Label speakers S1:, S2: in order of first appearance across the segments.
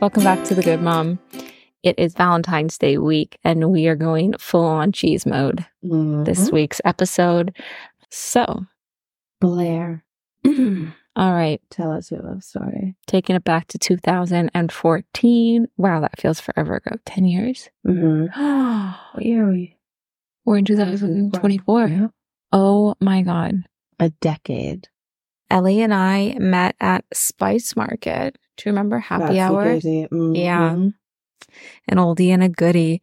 S1: Welcome back to The Good Mom. It is Valentine's Day week, and we are going full on cheese mode
S2: Mm-hmm.
S1: this week's episode. So,
S2: Blair, Mm-hmm.
S1: all right,
S2: tell us your love story.
S1: taking it back to 2014. Wow, that feels forever ago. 10 years.
S2: Mm-hmm.
S1: We're
S2: What year are we?
S1: in 2024.
S2: Yeah.
S1: Oh my God.
S2: A decade.
S1: Ellie and I met at Spice Market. Do you remember Happy Hour? Yeah.
S2: Mm-hmm.
S1: an oldie and a goodie.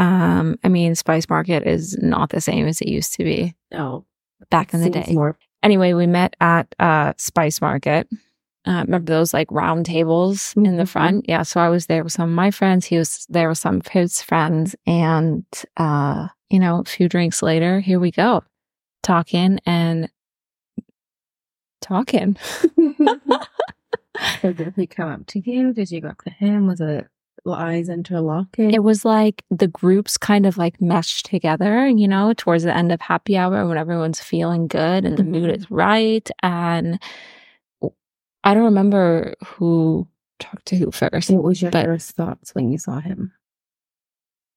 S1: Um, I mean, Spice Market is not the same as it used to be
S2: Oh,
S1: back in the day.
S2: More.
S1: anyway, we met at uh, Spice Market. Uh, remember those like round tables in the
S2: Mhm.
S1: front? Yeah. So I was there with some of my friends. He was there with some of his friends. And, uh, you know, a few drinks later, here we go talking and talking.
S2: so did he come up to you? Did you go up to him? Was it eyes interlocking?
S1: It was like the groups kind of like meshed together, you know, towards the end of happy hour when everyone's feeling good and the mood is right. And I don't remember who talked to who first.
S2: what was your
S1: but-
S2: first thoughts when you saw him?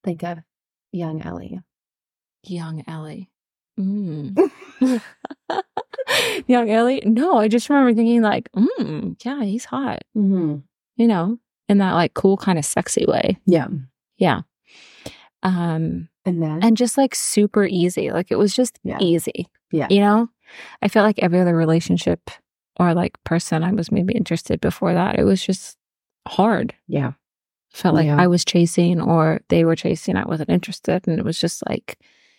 S2: Think of young Ellie.
S1: Young Ellie. Mm. Young Ellie? No, I just remember thinking like, mm, yeah, he's hot,
S2: Mm-hmm.
S1: you know, in that like cool kind of sexy way.
S2: Yeah.
S1: Yeah. Um,
S2: And then
S1: and just like super easy. Like it was just
S2: Yeah.
S1: easy.
S2: Yeah.
S1: You know, I felt like every other relationship or like person I was maybe interested before that, it was just hard.
S2: yeah.
S1: Felt like
S2: Yeah.
S1: I was chasing or they were chasing. I wasn't interested. And it was just like,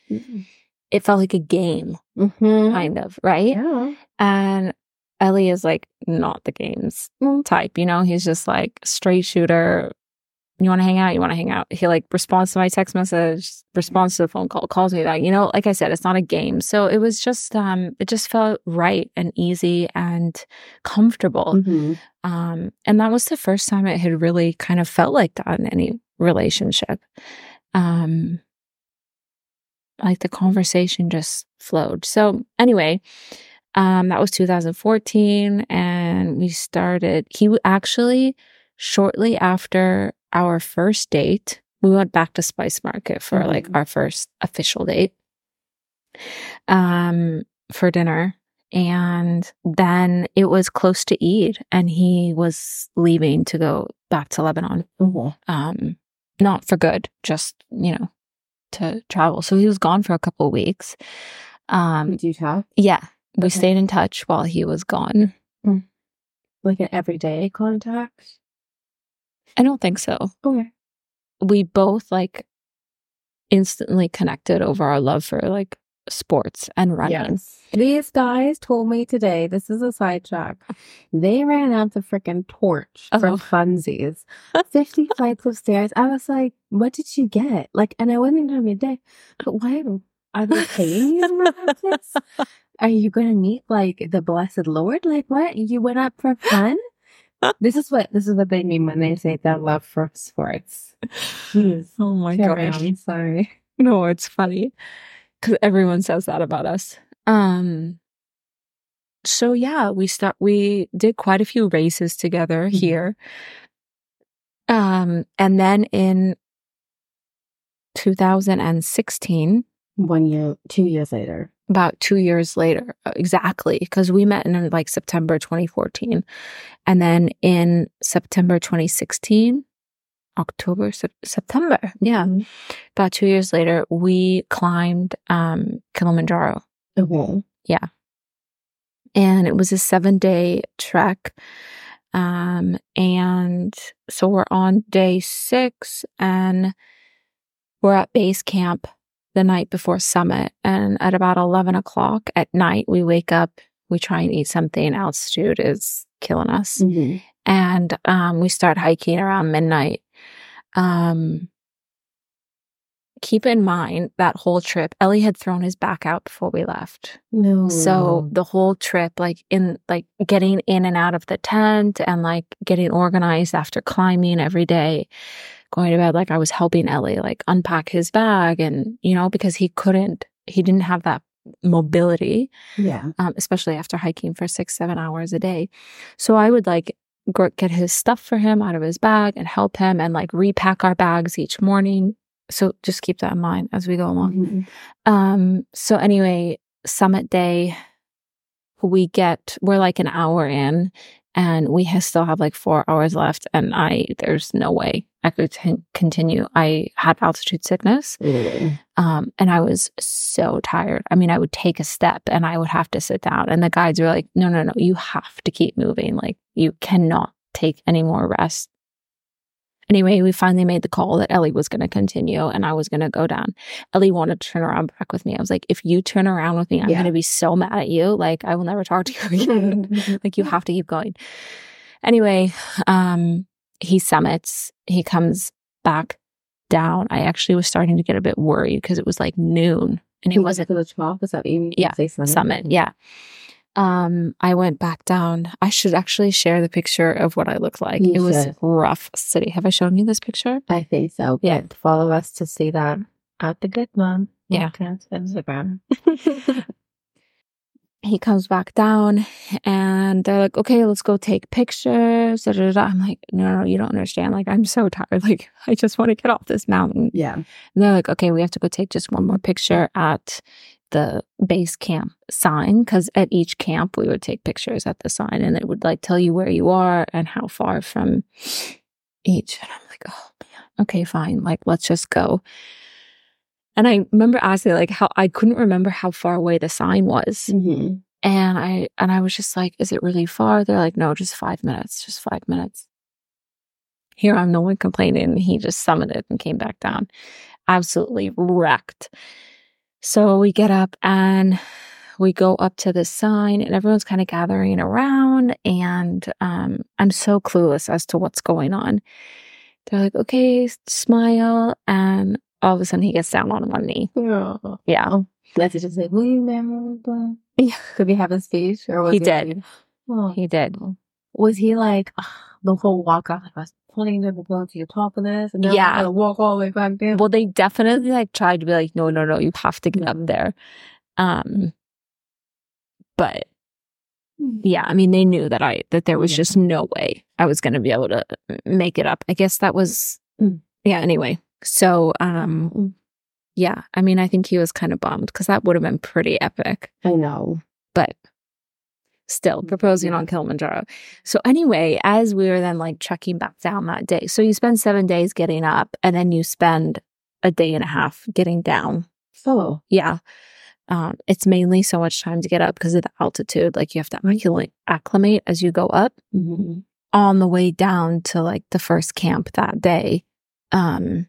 S1: it felt like a game,
S2: Mm-hmm.
S1: kind of, right?
S2: Yeah.
S1: And Ellie is like not the game's type, you know? He's just like straight shooter. You want to hang out? You want to hang out? He like responds to my text message, responds to the phone call, calls me back. You know, like I said, it's not a game. So it was just, um, it just felt right and easy and comfortable.
S2: Mm-hmm.
S1: Um, and that was the first time it had really kind of felt like that in any relationship. Um, like the conversation just flowed. So anyway, um, that was 2014, and we started. He w- actually shortly after our first date, we went back to Spice Market for like
S2: Mhm.
S1: our first official date. Um, for dinner. And then it was close to Eid, and he was leaving to go back to Lebanon
S2: mm-hmm.
S1: um, not for good, just you know, to travel. So he was gone for a couple of weeks. Um,
S2: Did you talk
S1: yeah, we
S2: Okay.
S1: stayed in touch while he was gone.
S2: like an everyday contact?
S1: I don't think so.
S2: Okay.
S1: We both like instantly connected over our love for like sports and running.
S2: These guys told me today, this is a sidetrack. They ran out the freaking torch for
S1: Oh.
S2: funsies. 50 flights of stairs. I was like, what did you get? Like, and I wasn't even having a day, but why are they paying you to have this? Are you going to meet like the blessed Lord? Like, what? You went up for fun? this is what this is what they mean when they say their love for sports. Jeez.
S1: Oh my
S2: Carry on, sorry.
S1: No, it's funny because everyone says that about us. Um, so yeah, we start. We did quite a few races together
S2: Mhm.
S1: here. Um, and then in 2016,
S2: One year, two years later.
S1: about two years later, uh, exactly, because we met in like September 2014, and then in September 2016, October, Sep- September, yeah,
S2: Mhm.
S1: about two years later, we climbed um, Kilimanjaro.
S2: Okay.
S1: And it was a seven day trek. Um, and so we're on day six and we're at base camp the night before summit. And at about 11 o'clock at night, we wake up, we try and eat something. Altitude is killing us
S2: Mhm.
S1: and um, we start hiking around midnight. Um, keep in mind that whole trip, Ellie had thrown his back out before we left.
S2: No.
S1: So the whole trip, like in like getting in and out of the tent and like getting organized after climbing every day, going to bed, like I was helping Ellie like unpack his bag and you know because he couldn't, he didn't have that mobility
S2: yeah.
S1: um, especially after hiking for six, seven hours a day. So I would like gr- get his stuff for him out of his bag and help him and like repack our bags each morning. So just keep that in mind as we go along.
S2: Mhm.
S1: Um, so anyway, summit day, we get, we're like an hour in and we ha still have like four hours left. And I, there's no way I could t- continue. I had altitude sickness. Um, and I was so tired. I mean, I would take a step and I would have to sit down. And the guides were like, no, no, no, you have to keep moving. Like, you cannot take any more rest. Anyway, we finally made the call that Ellie was going to continue and I was going to go down. Ellie wanted to turn around back with me. I was like, if you turn around with me, I'm
S2: Yeah.
S1: going to be so mad at you. Like, I will never talk to you again. Like you have to keep going. Anyway, um, he summits. He comes back down. I actually was starting to get a bit worried because it was like noon and he wasn't
S2: to the 12th. Is that even?
S1: Yeah,
S2: Say summit.
S1: summit. Yeah. Um, I went back down. I should actually share the picture of what I looked like.
S2: You
S1: it was
S2: should.
S1: rough city. Have I shown you this picture?
S2: I think so.
S1: Yeah.
S2: But Follow us to see that at the good one.
S1: Yeah.
S2: Podcast, Instagram.
S1: he comes back down and they're like, okay, let's go take pictures. da, da, da, da. I'm like, no, no, you don't understand. Like, I'm so tired. Like, I just want to get off this mountain.
S2: yeah.
S1: And they're like, okay, we have to go take just one more picture at the base camp sign because at each camp we would take pictures at the sign and it would like tell you where you are and how far from each. And I'm like, oh man, okay, fine. Like, let's just go. And I remember asking like how I couldn't remember how far away the sign was
S2: Mhm.
S1: and i and i was just like is it really far they're like no just five minutes just five minutes here i'm no one complaining he just summited and came back down absolutely wrecked so we get up and we go up to the sign and everyone's kind of gathering around and um, i'm so clueless as to what's going on they're like okay smile and all of a sudden he gets down on one knee
S2: Oh.
S1: yeah
S2: Let's just say, will you remember? blah?"
S1: Yeah.
S2: Could we have a speech? Or was
S1: He did.
S2: Oh.
S1: he did
S2: was he like "Ah, the whole walk off? Like, I was planning to go to your top of this, and then
S1: Yeah.
S2: I gotta walk all the way back there.
S1: Well, they definitely like tried to be like, no, no, no, you have to get up
S2: Mhm.
S1: there. Um, but
S2: Hmm.
S1: yeah, I mean, they knew that I that there was
S2: Yeah.
S1: just no way I was going to be able to make it up. I guess that was
S2: Mm.
S1: yeah. Anyway, so um, yeah, I mean, I think he was kind of bummed because that would have been pretty epic.
S2: I know.
S1: Still proposing
S2: Mm-hmm. Yeah.
S1: on Kilimanjaro. So anyway, as we were then like trekking back down that day, so you spend seven days getting up, and then you spend a day and a half getting down.
S2: So
S1: yeah um, it's mainly so much time to get up because of the altitude like you have to acclimate, acclimate as you go up Mm-hmm. on the way down to like the first camp that day um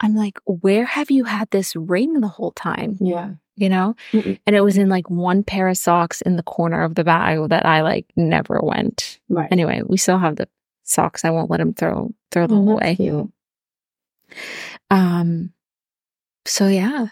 S1: i'm like where have you had this ring the whole time
S2: yeah,
S1: you know
S2: Mm-mm.
S1: and it was in like one pair of socks in the corner of the bag that i like never went
S2: right.
S1: anyway we still have the socks i won't let him throw throw them
S2: Oh,
S1: away
S2: that's cute.
S1: um so yeah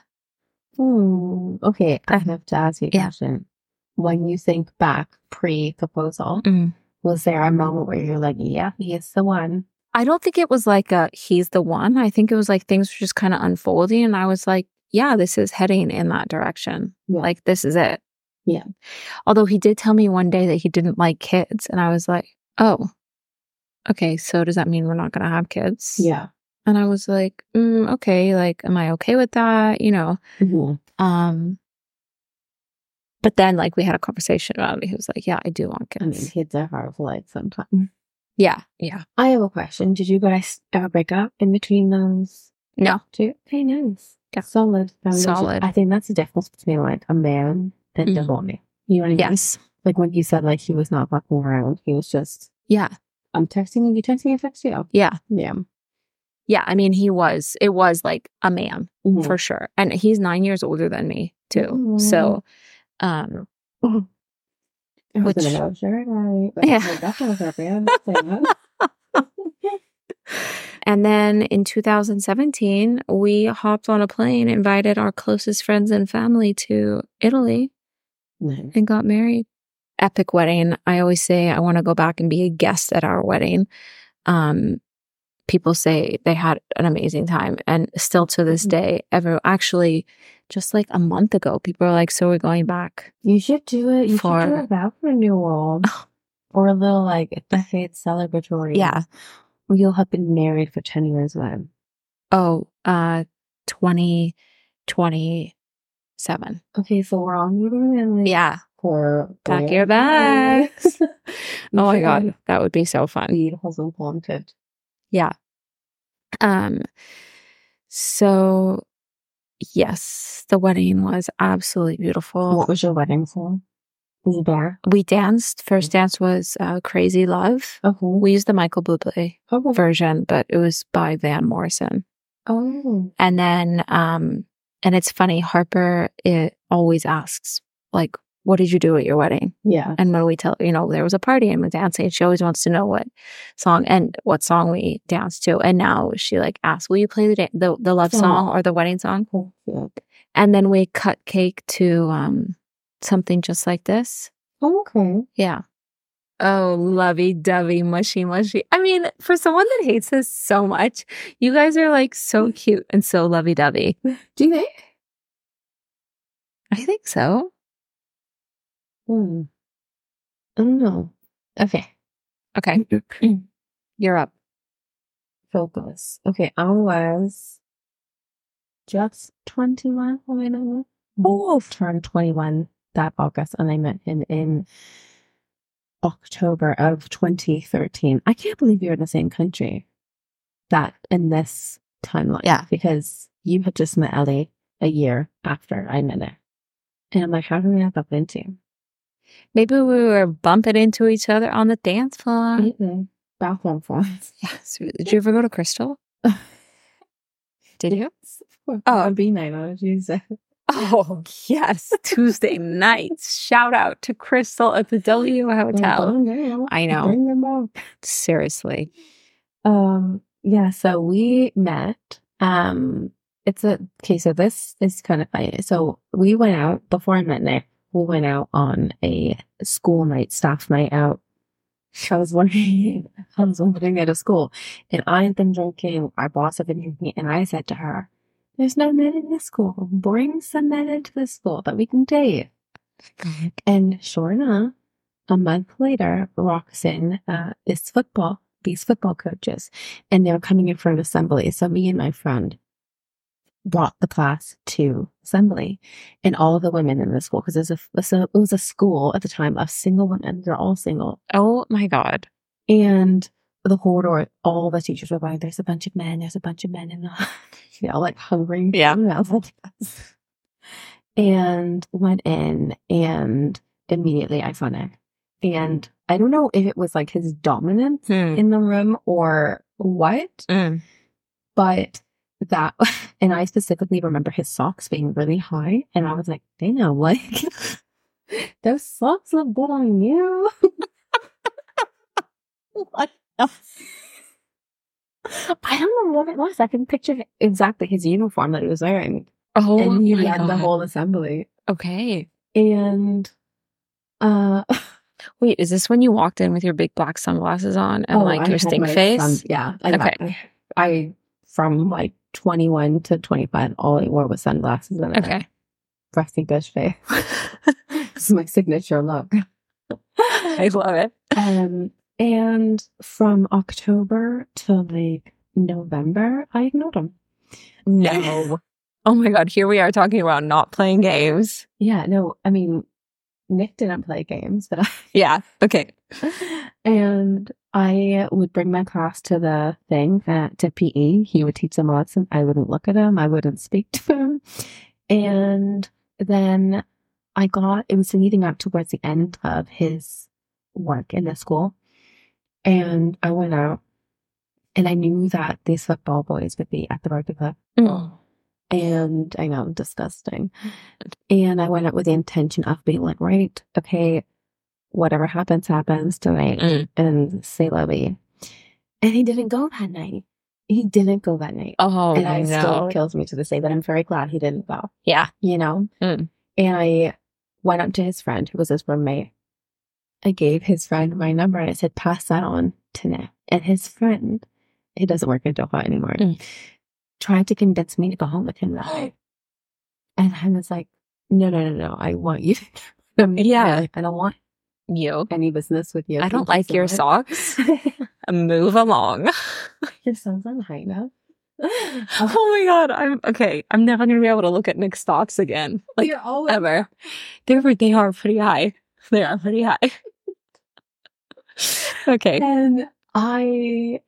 S2: Hmm. Okay, I have to ask you a
S1: Yeah.
S2: question. When you think back pre-proposal,
S1: Mm.
S2: was there a moment where you're like, "Yeah, he's the one"?
S1: I don't think it was like a he's the one. I think it was like things were just kind of unfolding, and I was like, yeah, this is heading in that direction.
S2: Yeah.
S1: Like this is it.
S2: Yeah.
S1: Although he did tell me one day that he didn't like kids, and I was like, oh, okay. So does that mean we're not gonna have kids?
S2: Yeah.
S1: And I was like, mm, okay. Like, am I okay with that? You know. Um. But then, like, we had a conversation about it. He was like, yeah, I do want
S2: I
S1: kids.
S2: mean, kids are hard for like sometimes.
S1: yeah. Yeah.
S2: I have a question. Did you guys ever break up in between those?
S1: No.
S2: Two? Okay, nice.
S1: Yeah.
S2: Solid. foundation.
S1: Solid.
S2: I think that's the difference between like a man and
S1: Mhm.
S2: a woman. You know what I mean?
S1: Yes.
S2: Like when you said like he was not fucking around, he was just
S1: Yeah.
S2: I'm texting you, you texting, I text you.
S1: Yeah.
S2: Yeah.
S1: Yeah, I mean, he was, it was like a man
S2: Mhm.
S1: for sure. And he's nine years older than me, too. So, um,
S2: I was
S1: which-
S2: in a no shirt, I- I
S1: Yeah.
S2: was like, That sounds appropriate. I'm not saying that.
S1: and then in 2017, we hopped on a plane, invited our closest friends and family to Italy,
S2: No.
S1: and got married. Epic wedding. I always say I want to go back and be a guest at our wedding. Um, people say they had an amazing time, and still to this
S2: Mhm.
S1: day, ever actually, just like a month ago, people are like, "So we're going back."
S2: You should do it. You should
S1: For-
S2: do a vow renewal. or a little like buffet celebratory.
S1: Oh. Yeah.
S2: Well, You'll have been married for 10 years then.
S1: Oh, uh, 2027.
S2: Okay, so we're all moving in like
S1: Yeah.
S2: for
S1: Pack your bags. oh my God. That would be so fun.
S2: Weed hasn't planted.
S1: Um, so yes, the wedding was absolutely beautiful.
S2: What was your wedding song? Was it bear?
S1: We danced. First dance was uh, Crazy Love.
S2: Oh,
S1: We used the Michael Bublé
S2: oh,
S1: version, but it was by Van Morrison.
S2: oh.
S1: And then, um, and it's funny, Harper it always asks, like, what did you do at your wedding?
S2: yeah.
S1: And when we tell, you know, there was a party and we're dancing, she always wants to know what song and what song we danced to. And now she like asks, will you play the, da- the, the love
S2: Aw.
S1: song or the wedding song?
S2: Oh, yeah.
S1: And then we cut cake to, um, something just like this.
S2: Oh, okay.
S1: Yeah. Oh, lovey dovey, mushy mushy. I mean, for someone that hates this so much, you guys are like so cute and so lovey dovey.
S2: Do you think?
S1: I think so.
S2: Hmm. I don't know. Okay.
S1: Okay, you're up.
S2: Focus. Okay, I was just Oh, 21 when I both turned 21 that August, and I met him in October of 2013. I can't believe you're in the same country that in this timeline.
S1: Yeah.
S2: Because you had just met Ellie a year after I met her. And I'm like, how did we not bump into?
S1: Maybe we were bumping into each other on the dance
S2: Uh-huh.
S1: floor.
S2: Mm-mm. Mm-hmm. Bathroom friends.
S1: Yes. Did you ever go to Crystal? Did you?
S2: Oh, B night on Tuesday.
S1: Oh, yes. Tuesday nights. Shout out to Crystal at the W
S2: Oh,
S1: Hotel. I know.
S2: Bring them all.
S1: Seriously.
S2: Um, yeah, so we met. Um, it's a okay, so this is kind of funny. So we went out before I met Nick, we went out on a school night, staff night out. I was wondering, I was wondering at a school, and I had been drinking, our boss had been drinking, and I said to her, There's no men in this school. Bring some men into this school that we can date. And sure enough, a month later, Roxanne uh, is football, these football coaches, and they were coming in for an assembly. So me and my friend brought the class to assembly and all of the women in the school, because it, was a- it was a school at the time of single women. They're all single.
S1: Oh my God.
S2: And the corridor, all the teachers were like, there's a bunch of men, there's a bunch of men, and you know, like hungry.
S1: Yeah.
S2: mouths like us. And went in, and immediately I saw Nick. And I don't know if it was like his dominance
S1: Hmm.
S2: in the room or what,
S1: Mm.
S2: but that, and I specifically remember his socks being really high. And I was like, damn, like, those socks look good on you.
S1: What
S2: I don't know what it was. I can picture exactly his uniform that he was wearing.
S1: Oh,
S2: and he
S1: my
S2: led the
S1: God.
S2: whole assembly.
S1: Okay.
S2: And uh
S1: Wait, is this when you walked in with your big black sunglasses on and
S2: oh, I
S1: like your
S2: had
S1: stink
S2: my
S1: face?
S2: sun- yeah. I got- I, I- from like twenty one to twenty five, all I wore was sunglasses and a
S1: Okay.
S2: resting bitch face. it's my signature look.
S1: I love it.
S2: um and from October to like November, I ignored him.
S1: No. Oh my God. Here we are talking about not playing games.
S2: Yeah, no, I mean Nick didn't play games, but I
S1: Yeah. Okay.
S2: and I would bring my class to the thing uh, to PE. He would teach them a lesson. I wouldn't look at him. I wouldn't speak to him. And then I got it was leading up towards the end of his work in the school, and I went out, and I knew that these football boys would be at the rugby club.
S1: Mm. Oh.
S2: And I know, disgusting. And I went out with the intention of being like, right, okay, whatever happens, happens tonight
S1: Mm.
S2: and say lovey. And he didn't go that night. He didn't go that night.
S1: Oh,
S2: and I still
S1: no.
S2: kills me to this day, but I'm very glad he didn't go,
S1: Yeah.
S2: you know?
S1: Mm.
S2: And I went up to his friend who was his roommate. I gave his friend my number and I said, pass that on to Nick. And his friend, he doesn't work at Doha anymore,
S1: Mm.
S2: tried to convince me to go home with him that night. And I was like, no, no, no, no. I want you to. I mean,
S1: Yeah.
S2: I don't want
S1: you.
S2: any business with you.
S1: I don't like your socks. Move along.
S2: your son's on high now. Oh,
S1: Oh my god, I'm okay. I'm never gonna be able to look at Nick's stocks again. Like
S2: you're always
S1: ever. They're they are pretty high. They are pretty high. okay.
S2: And I,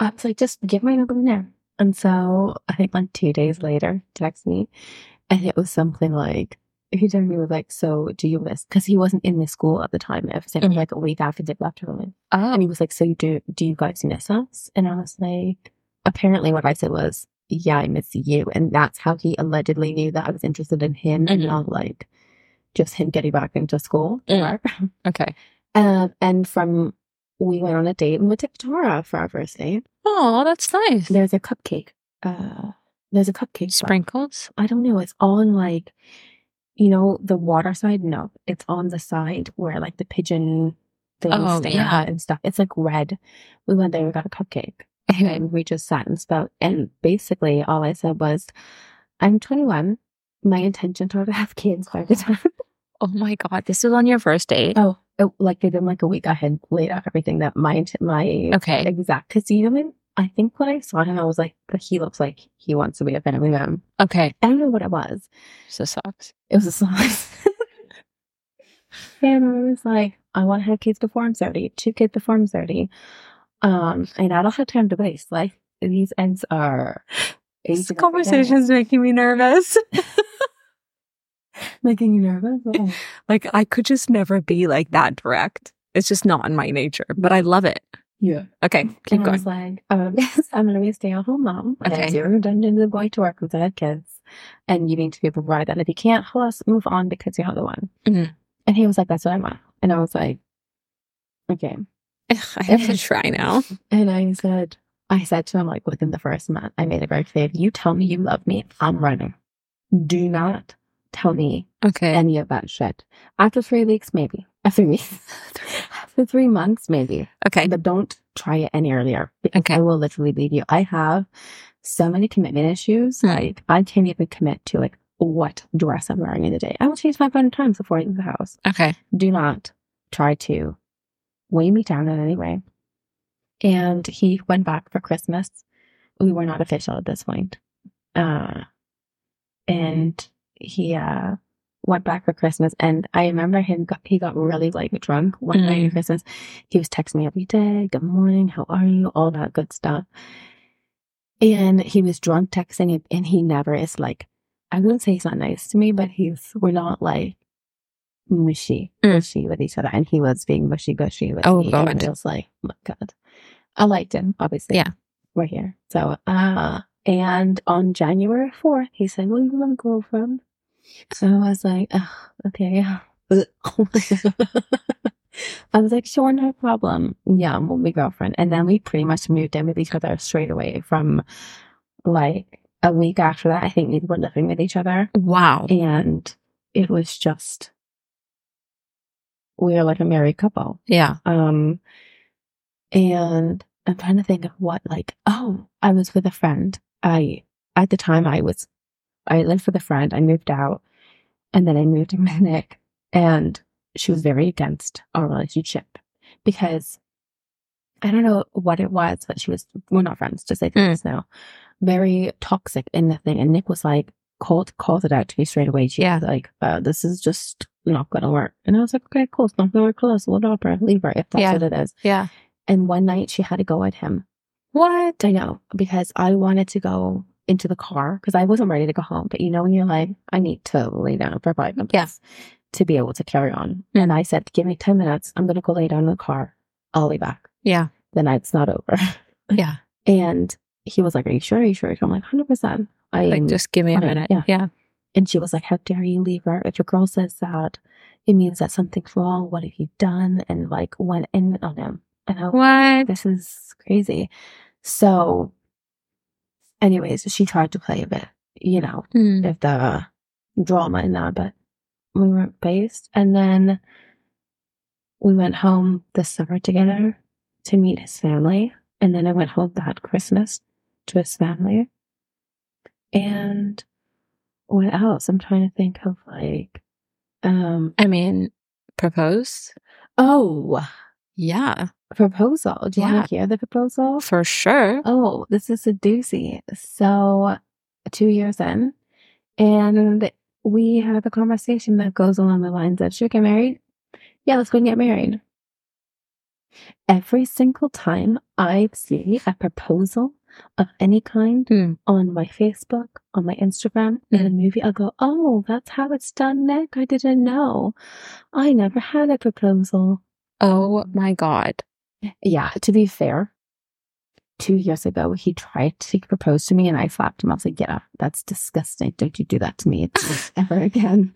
S2: I was like, just give my number now. And so I think like two days later, text me, and it was something like he told me was like, so do you miss? Because he wasn't in the school at the time. It was
S1: Mhm.
S2: like a week after they left home,
S1: Oh,
S2: and he was like, so do do you guys miss us? And I was like, apparently what I said was, yeah, I miss you, and that's how he allegedly knew that I was interested in him and
S1: Mhm.
S2: not like just him getting back into school.
S1: Mm. okay.
S2: Um, and from we went on a date and went to Tara for our first date.
S1: Oh, that's nice.
S2: There's a cupcake. Uh, there's a cupcake. shop.
S1: Sprinkles.
S2: I don't know. It's on like, you know, the water side. No, it's on the side where like the pigeon things
S1: Oh,
S2: stand
S1: yeah.
S2: out and stuff. It's like red. We went there. We got a cupcake,
S1: Okay.
S2: and we just sat and spoke. And basically, all I said was, "I'm 21. My intentions are to have kids by the time."
S1: Oh my god, this was on your first date.
S2: Oh, it, like within like a week, I had laid out everything that my int- my
S1: Okay.
S2: exact because you know when- I think when I saw him I was like he looks like he wants to be a family man.
S1: Okay.
S2: I don't know what it was.
S1: So socks.
S2: It was a song. and I was like, I want to have kids before I'm thirty, two kids before I'm thirty, um, and I don't have time to waste. Like these ends are.
S1: This
S2: aging up and down.
S1: conversation's making me nervous.
S2: making you nervous. Oh.
S1: Like I could just never be like that direct. It's just not in my nature, but I love it.
S2: Yeah.
S1: Okay, keep
S2: and I
S1: going.
S2: was like, um, I'm going to be a stay at home mom. And
S1: Okay.
S2: You're done and going to work with have kids. And you need to be able to provide that. If you can't, plus move on because you're the one.
S1: Mhm.
S2: And he was like, that's what I want. And I was like, okay.
S1: Ugh, I have to try now.
S2: And I said, I said to him, like, within the first month, I made it very clear if you tell me you love me, I'm running. Do not tell me
S1: Okay.
S2: any of that shit. After three weeks, maybe. After me. After three months, maybe
S1: Okay.
S2: but don't try it any earlier because
S1: Okay.
S2: I will literally leave you. I have so many commitment issues.
S1: Hmm.
S2: Like I can't even commit to like what dress I'm wearing in the day. I will change my phone times before I leave the house.
S1: Okay.
S2: Do not try to weigh me down in any way. And he went back for Christmas. We were not official at this point. Uh, and he uh, went back for Christmas. And I remember him, got, he got really like drunk one night at Christmas. He was texting me every day, good morning, how are you, all that good stuff. And he was drunk texting, and- and he never is like, I wouldn't say he's not nice to me, but he's, we're not like mushy,
S1: Mm.
S2: mushy with each other. And he was being mushy gushy with
S1: Oh,
S2: me. And
S1: God.
S2: I was like, oh my God. I liked him, obviously.
S1: Yeah.
S2: We're here. So, uh, and on January 4th, he said, Well, you want a girlfriend? So I was like, "Ugh, Okay, yeah. I was like, Sure, no problem. Yeah, we'll be girlfriend. And then we pretty much moved in with each other straight away from like a week after that. I think we were living with each other.
S1: Wow.
S2: And it was just, we were like a married couple.
S1: Yeah.
S2: Um, and I'm trying to think of what, like, oh, I was with a friend. I, at the time, I was, I lived with a friend. I moved out and then I moved in with Nick. And she was very against our relationship because I don't know what it was, but she was, we're not friends, just like
S1: Mm.
S2: this now, very toxic in the thing. And Nick was like, called, called it out to me straight away. She
S1: Yeah.
S2: was like, uh, this is just not going to work. And I was like, okay, cool. It's not going to work. Close. We'll drop her, leave her if that's
S1: Yeah.
S2: what it is.
S1: Yeah.
S2: And one night she had to go at him.
S1: What?
S2: I know because I wanted to go into the car because I wasn't ready to go home. But you know, when you're like, I need to lay down for five minutes
S1: Yeah.
S2: to be able to carry on.
S1: Mm.
S2: And I said, give me 10 minutes. I'm going to go lay down in the car. I'll be back.
S1: Yeah.
S2: The night's not over.
S1: Yeah.
S2: And he was like, are you sure? Are you sure? I'm like, 100%. I
S1: Like, just give me a
S2: fine,
S1: minute.
S2: yeah.
S1: Yeah.
S2: and she was like, How dare you leave her? If your girl says that, it means that something's wrong. What have you done? And like went in on him. And I was
S1: What?
S2: this is crazy. So, anyways, she tried to play a bit, you know,
S1: Hmm.
S2: of the drama and that, but we weren't based. And then we went home this summer together to meet his family. And then I went home that Christmas to his family. And what else? I'm trying to think of like, um,
S1: I mean, propose.
S2: Oh,
S1: Yeah,
S2: proposal. Do you
S1: Yeah.
S2: want to hear the proposal?
S1: for sure.
S2: Oh, this is a doozy. So, two years in, and we have a conversation that goes along the lines of, Should we get married? Yeah, let's go and get married. Every single time I see a proposal of any kind
S1: Hmm.
S2: on my Facebook, on my Instagram, in a movie, I'll go, Oh, that's how it's done, Nick. I didn't know. I never had a proposal.
S1: Oh my God.
S2: Yeah, to be fair, two years ago, he tried to propose to me and I slapped him. I was like, get up. That's disgusting. Don't you do that to me ever again.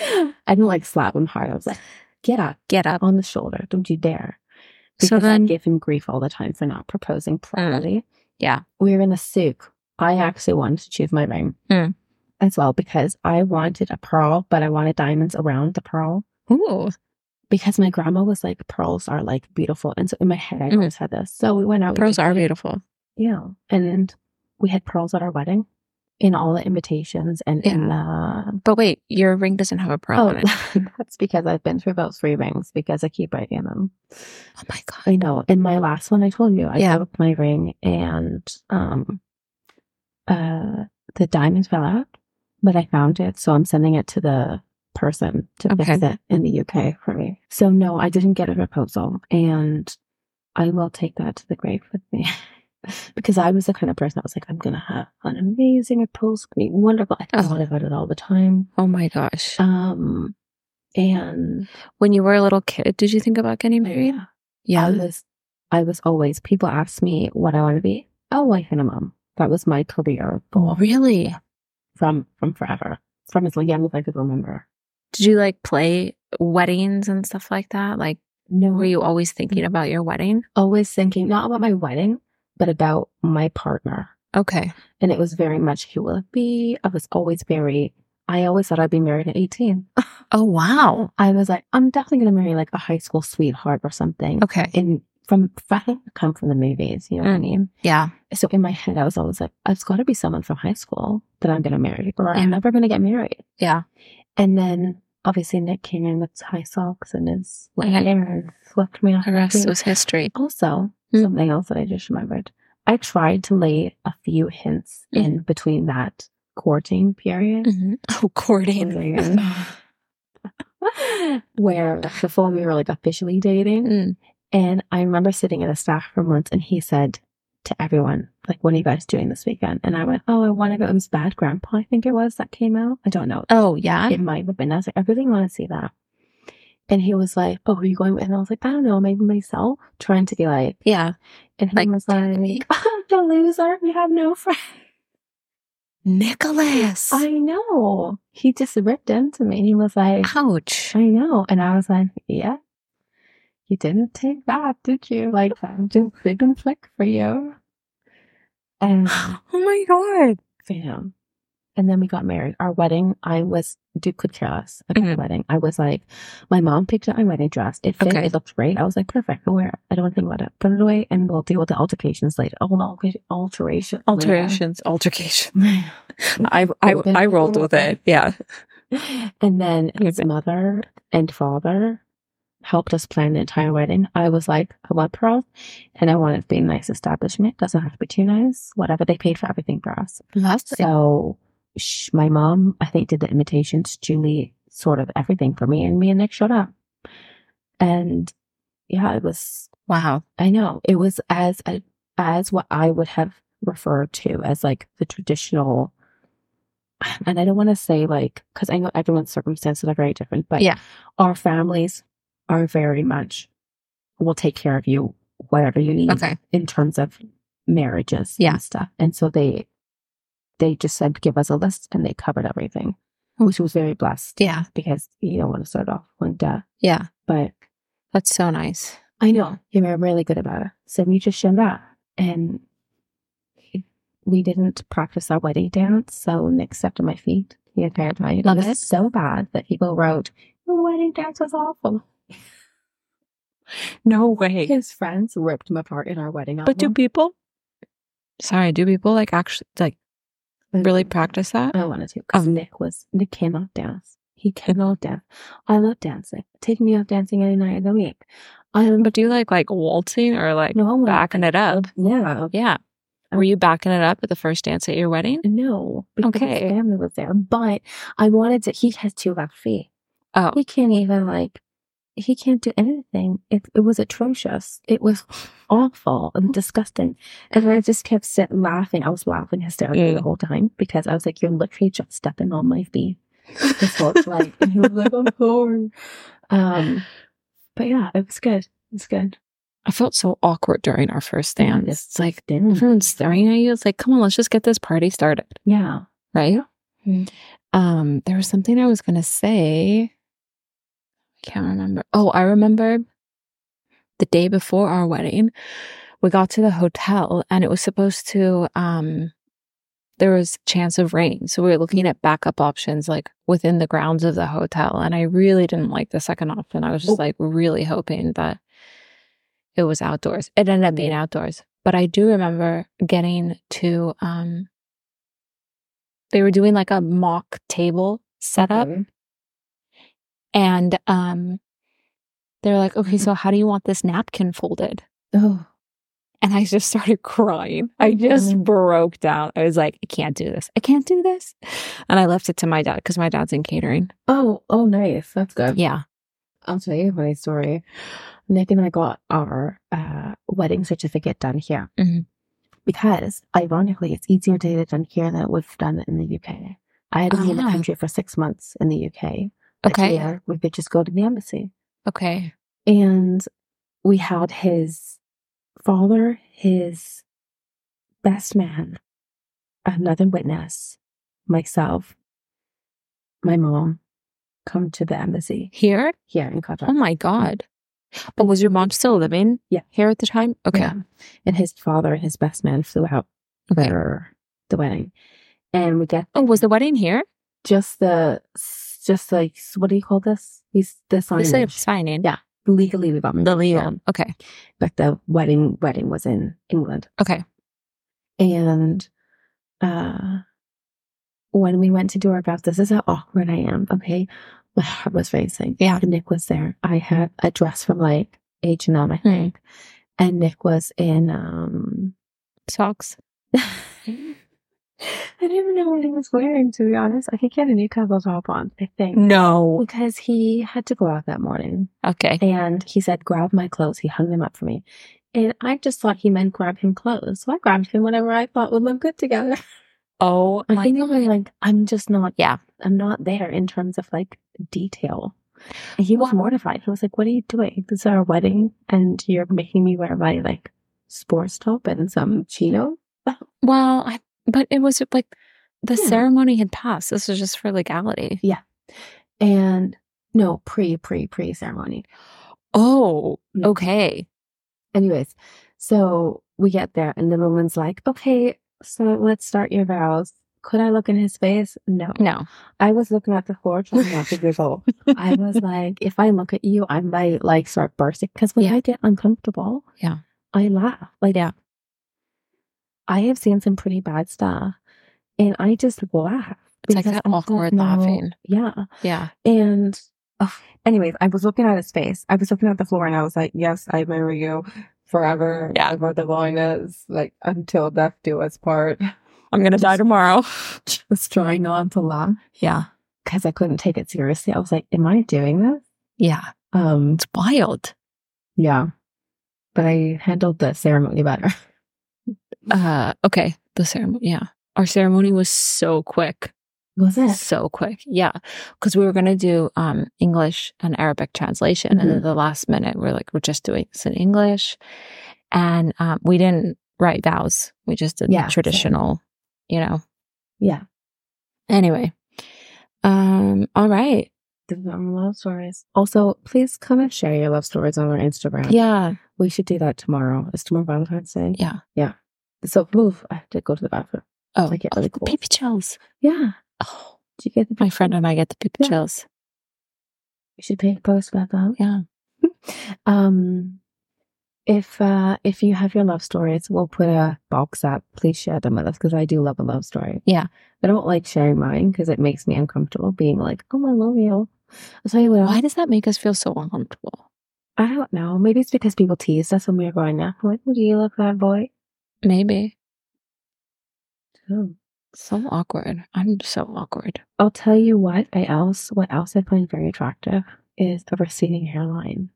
S2: I didn't like slap him hard. I was like, get up
S1: Get up.
S2: on the shoulder. Don't you dare. Because
S1: So then- Mm.
S2: I give him grief all the time for not proposing properly.
S1: yeah.
S2: We were in a souk. I actually wanted to choose my ring
S1: Mm.
S2: as well because I wanted a pearl, but I wanted diamonds around the pearl
S1: Ooh.
S2: because my grandma was like, pearls are like beautiful. And so in my head, I
S1: Mhm.
S2: always had this. So we went out. we
S1: Pearls
S2: did-
S1: are beautiful.
S2: Yeah. And we had pearls at our wedding in all the invitations and in uh, the.
S1: But wait, your ring doesn't have a pearl
S2: Oh,
S1: on it.
S2: that's because I've been through about three rings because I keep breaking them.
S1: Oh my God.
S2: I know. In my last one, I told you I
S1: Yeah.
S2: broke my ring and um, uh, the diamond fell out, but I found it, so I'm sending it to the person to fix
S1: Okay.
S2: it in the UK for me. So no, I didn't get a proposal, and I will take that to the grave with me. Because I was the kind of person that was like, I'm gonna have an amazing proposal, it's gonna be wonderful. I
S1: Oh.
S2: thought about it all the time.
S1: Oh my gosh.
S2: Um, and
S1: When you were a little kid, did you think about getting married?
S2: I was, I was always. People ask me what I want to be. Oh, wife and a mom. That was my career
S1: Oh,
S2: goal
S1: really?
S2: from from forever, from as young as I could remember.
S1: Did you like play weddings and stuff like that? Like,
S2: No,
S1: were you always thinking about your wedding?
S2: always thinking not about my wedding, but about my partner.
S1: Okay.
S2: And it was very much who will it be. I was always very. I always thought I'd be married at eighteen.
S1: Oh, wow.
S2: I was like, I'm definitely gonna marry like a high school sweetheart or something.
S1: Okay.
S2: And from I think I come from the movies, you know what I
S1: Mm.
S2: mean.
S1: Yeah.
S2: so in my head, I was always like, it's got to be someone from high school that I'm going to marry, or
S1: Yeah.
S2: I'm never going to get married.
S1: Yeah.
S2: And then obviously Nick came in with his high socks and his
S1: Mhm.
S2: hair and swept me off.
S1: The
S2: my
S1: rest
S2: feet.
S1: was history.
S2: also
S1: Mm.
S2: something else that I just remembered. I tried to lay a few hints
S1: Mm.
S2: in between that courting period
S1: Oh, courting.
S2: Period. where before we were like officially dating.
S1: Mm.
S2: And I remember sitting in a staff room once and he said to everyone, like, what are you guys doing this weekend? And I went, oh, I want to go. It was Bad Grandpa, I think it was, that came out. I don't know.
S1: Oh, yeah.
S2: It might have been. I was like, I really want to see that. And he was like, oh, who are you going with? And I was like, I don't know, maybe myself, trying to be like,
S1: Yeah.
S2: and he
S1: Like,
S2: was like,
S1: me?
S2: oh, you loser, you have no friends.
S1: Nicholas.
S2: I know. He just ripped into me. He was like,
S1: Ouch.
S2: I know. And I was like, yeah, you didn't take that, did you? Like, I'm just big and flick for you. And,
S1: Oh my God.
S2: you know, and then we got married. Our wedding, I was, Duke could care less about the
S1: Mhm.
S2: wedding. I was like, my mom picked out my wedding dress. It fit,
S1: Okay.
S2: it looked great. I was like, perfect, I'll wear it. I don't want to think about it. Put it away and we'll deal with the altercations later. Oh, no, alteration.
S1: Alterations, altercation.
S2: Later.
S1: I, I, I rolled with it. Yeah.
S2: And then
S1: Okay.
S2: his mother and father helped us plan the entire wedding. I was like, I want pearls and I want it to be a nice establishment. Doesn't have to be too nice. Whatever. They paid for everything for us.
S1: Lovely.
S2: So sh- my mom, I think, did the invitations. Julie, sort of everything for me. And me and Nick showed up. And yeah, it was,
S1: Wow.
S2: I know, it was as, as what I would have referred to as like the traditional and I don't want to say like because I know everyone's circumstances are very different, but
S1: Yeah.
S2: our families are very much will take care of you whatever you need
S1: Okay.
S2: in terms of marriages
S1: Yeah.
S2: and stuff. And so they they just said give us a list and they covered everything, which was very blessed
S1: Yeah.
S2: because you don't want to start off on death.
S1: Yeah.
S2: But
S1: That's so nice.
S2: I know you were really good about it, so we just showed up and. We didn't practice our wedding dance, so Nick stepped on my feet the entire time.
S1: Love
S2: it
S1: it.
S2: was so bad that people wrote, "The wedding dance was awful."
S1: No way.
S2: His friends ripped him apart in our wedding
S1: But do
S2: album.
S1: people? Sorry, do people like uh, oh. actually like really
S2: Mm,
S1: practice that?
S2: I wanted to because
S1: Um,
S2: Nick was Nick cannot dance. He can love dance. I love dancing. Take me out dancing any night of the week. I
S1: But do you like like waltzing or like
S2: no one
S1: backing it up?
S2: Yeah.
S1: Yeah. Were you backing it up at the first dance at your wedding?
S2: No. Because
S1: Okay.
S2: His family was there, but I wanted to. He has two left feet.
S1: Oh,
S2: He can't even like. He can't do anything. It, it was atrocious. It was awful and disgusting. And I just kept sitting laughing. I was laughing hysterically the
S1: Mm.
S2: whole time because I was like, "You're literally just stepping on my feet." This looks like. And he was like, "I'm sorry." Um, but yeah, it was good. It's good.
S1: I felt so awkward during our first
S2: Yeah,
S1: dance. It's like mm-hmm.
S2: Didn't.
S1: everyone's staring at you. It's like, come on, let's just get this party started.
S2: Yeah.
S1: Right?
S2: Mhm.
S1: Um, there was something I was gonna say. I can't remember. Oh, I remember the day before our wedding, we got to the hotel and it was supposed to um there was chance of rain. So we were looking at backup options like within the grounds of the hotel. And I really didn't like the second option. I was just
S2: Oh.
S1: like really hoping that it was outdoors. It ended up being outdoors. But I do remember getting to um they were doing like a mock table setup and um they're like,
S2: Mm-hmm.
S1: okay, so how do you want this napkin folded?
S2: Oh.
S1: And I just started crying. I
S2: Oh,
S1: just
S2: God.
S1: broke down. I was like, I can't do this. I can't do this. And I left it to my dad because my dad's in catering.
S2: Oh. Oh, nice. That's good.
S1: Yeah.
S2: I'll tell you a funny story. Nick and I got our uh, wedding certificate done here
S1: Mhm.
S2: because, ironically, it's easier to get it done here than it would have done in the UK. I had to be in the
S1: Ah.
S2: country for six months in the UK. but
S1: Okay.
S2: here we could just go to the embassy,
S1: Okay.
S2: and we had his father, his best man, another witness, myself, my mom, come to the embassy
S1: Here?
S2: here in Qatar.
S1: Oh my God. But was your mom still living
S2: Mm-hmm. Yeah.
S1: here at the time? Okay.
S2: Yeah. And his father and his best man flew out
S1: Okay.
S2: for the wedding. And we get
S1: Oh, was the wedding here?
S2: just the, just like, what do you call this? He's the
S1: They
S2: signage.
S1: said signing.
S2: Yeah. legally, we got
S1: The legal.
S2: Yeah.
S1: Okay.
S2: But the wedding, wedding was in England.
S1: Okay.
S2: And, uh, when we went to do our vows, this is how awkward I am. Okay. My heart was racing.
S1: Yeah.
S2: And Nick was there. I had a dress from like H&M, I
S1: Hmm.
S2: think. And Nick was in, um,
S1: Socks.
S2: I don't even know what he was wearing, to be honest. I think he had a Newcastle top on, I think.
S1: No.
S2: Because he had to go out that morning
S1: Okay.
S2: and he said, Grab my clothes. He hung them up for me. And I just thought he meant grab him clothes. So I grabbed him whatever I thought would look good together.
S1: Oh
S2: I
S1: my
S2: think I'm like, I'm just not,
S1: Yeah.
S2: I'm not there in terms of like detail. And he was
S1: Well-
S2: mortified. He was like, What are you doing? This is our wedding and you're making me wear my like sports top and some chino.
S1: Well, I, but it was like the
S2: Yeah.
S1: ceremony had passed. This was just for legality.
S2: and no pre pre pre ceremony
S1: Oh,
S2: Yeah.
S1: okay.
S2: anyways so we get there and the woman's like okay so let's start your vows could i look in his face no
S1: No.
S2: i was looking at the floor trying not to giggle i was like if i look at you i might like start bursting because when
S1: Yeah.
S2: i get uncomfortable
S1: Yeah.
S2: i laugh like
S1: Yeah.
S2: i have seen some pretty bad stuff and i just laugh
S1: It's like
S2: because
S1: that
S2: I don't
S1: awkward
S2: know-
S1: laughing.
S2: yeah
S1: Yeah.
S2: And oh, anyways, I was looking at his face. I was looking at the floor and I was like, yes, I remember you forever.
S1: Yeah.
S2: About the loneliness, like until death do us part. I
S1: I'm going to die tomorrow.
S2: was trying not to laugh
S1: yeah.
S2: because I couldn't take it seriously. I was like, am I doing this?
S1: Yeah.
S2: Um,
S1: It's wild.
S2: yeah. But I handled the ceremony better.
S1: Uh, okay. The ceremony. Yeah. Our ceremony was so quick.
S2: Was
S1: So quick. Yeah. Cause we were going to do, um, English and Arabic translation.
S2: Mm-hmm.
S1: And then the last minute, we're like, we're just doing this in English. And, um, we didn't write vows. We just did
S2: Yeah,
S1: the
S2: same.
S1: traditional, you know,
S2: Yeah.
S1: Anyway, um, all right,
S2: The love stories. Also, please come and share your love stories on our Instagram.
S1: yeah,
S2: We should do that tomorrow. Is tomorrow Valentine's Day?
S1: Yeah.
S2: Yeah. So move. I have to go to the bathroom.
S1: oh,
S2: I get
S1: oh,
S2: really
S1: the
S2: cold.
S1: baby chills.
S2: Yeah.
S1: Oh,
S2: Did you get the
S1: my friend and I get the baby
S2: Yeah.
S1: chills.
S2: You should make a post about that.
S1: Yeah,
S2: Um, If uh if you have your love stories, we'll put a box up. Please share them with us because I do love a love story.
S1: Yeah.
S2: I don't like sharing mine because it makes me uncomfortable being like, oh I love you. I'll tell you what
S1: Why
S2: else-
S1: does that make us feel so uncomfortable?
S2: I don't know. Maybe it's because people teased us when we were growing up. Like, would you love that boy?
S1: Maybe.
S2: Oh.
S1: So awkward. I'm so awkward.
S2: I'll tell you what I else what else I find very attractive is a receding hairline.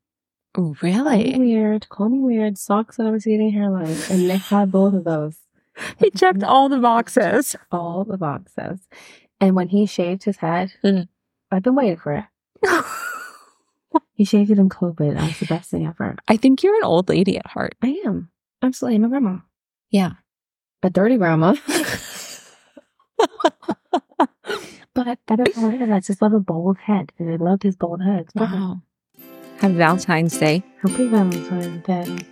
S2: Call me
S1: Really?
S2: Weird. Call me weird. Socks and a receding hairline. And Nick had both of those.
S1: He checked all the boxes.
S2: all the boxes. And when he shaved his head,
S1: Mhm.
S2: I've been waiting for it. He shaved it in COVID. That was the best thing ever.
S1: I think you're an old lady at heart.
S2: I am. Absolutely. I'm a grandma.
S1: Yeah.
S2: A dirty grandma. but I don't know. why, I just love a bald head. Uh-huh. And I loved his bald head. It's perfect.
S1: Wow. Have Valentine's Day.
S2: Happy Valentine's Day.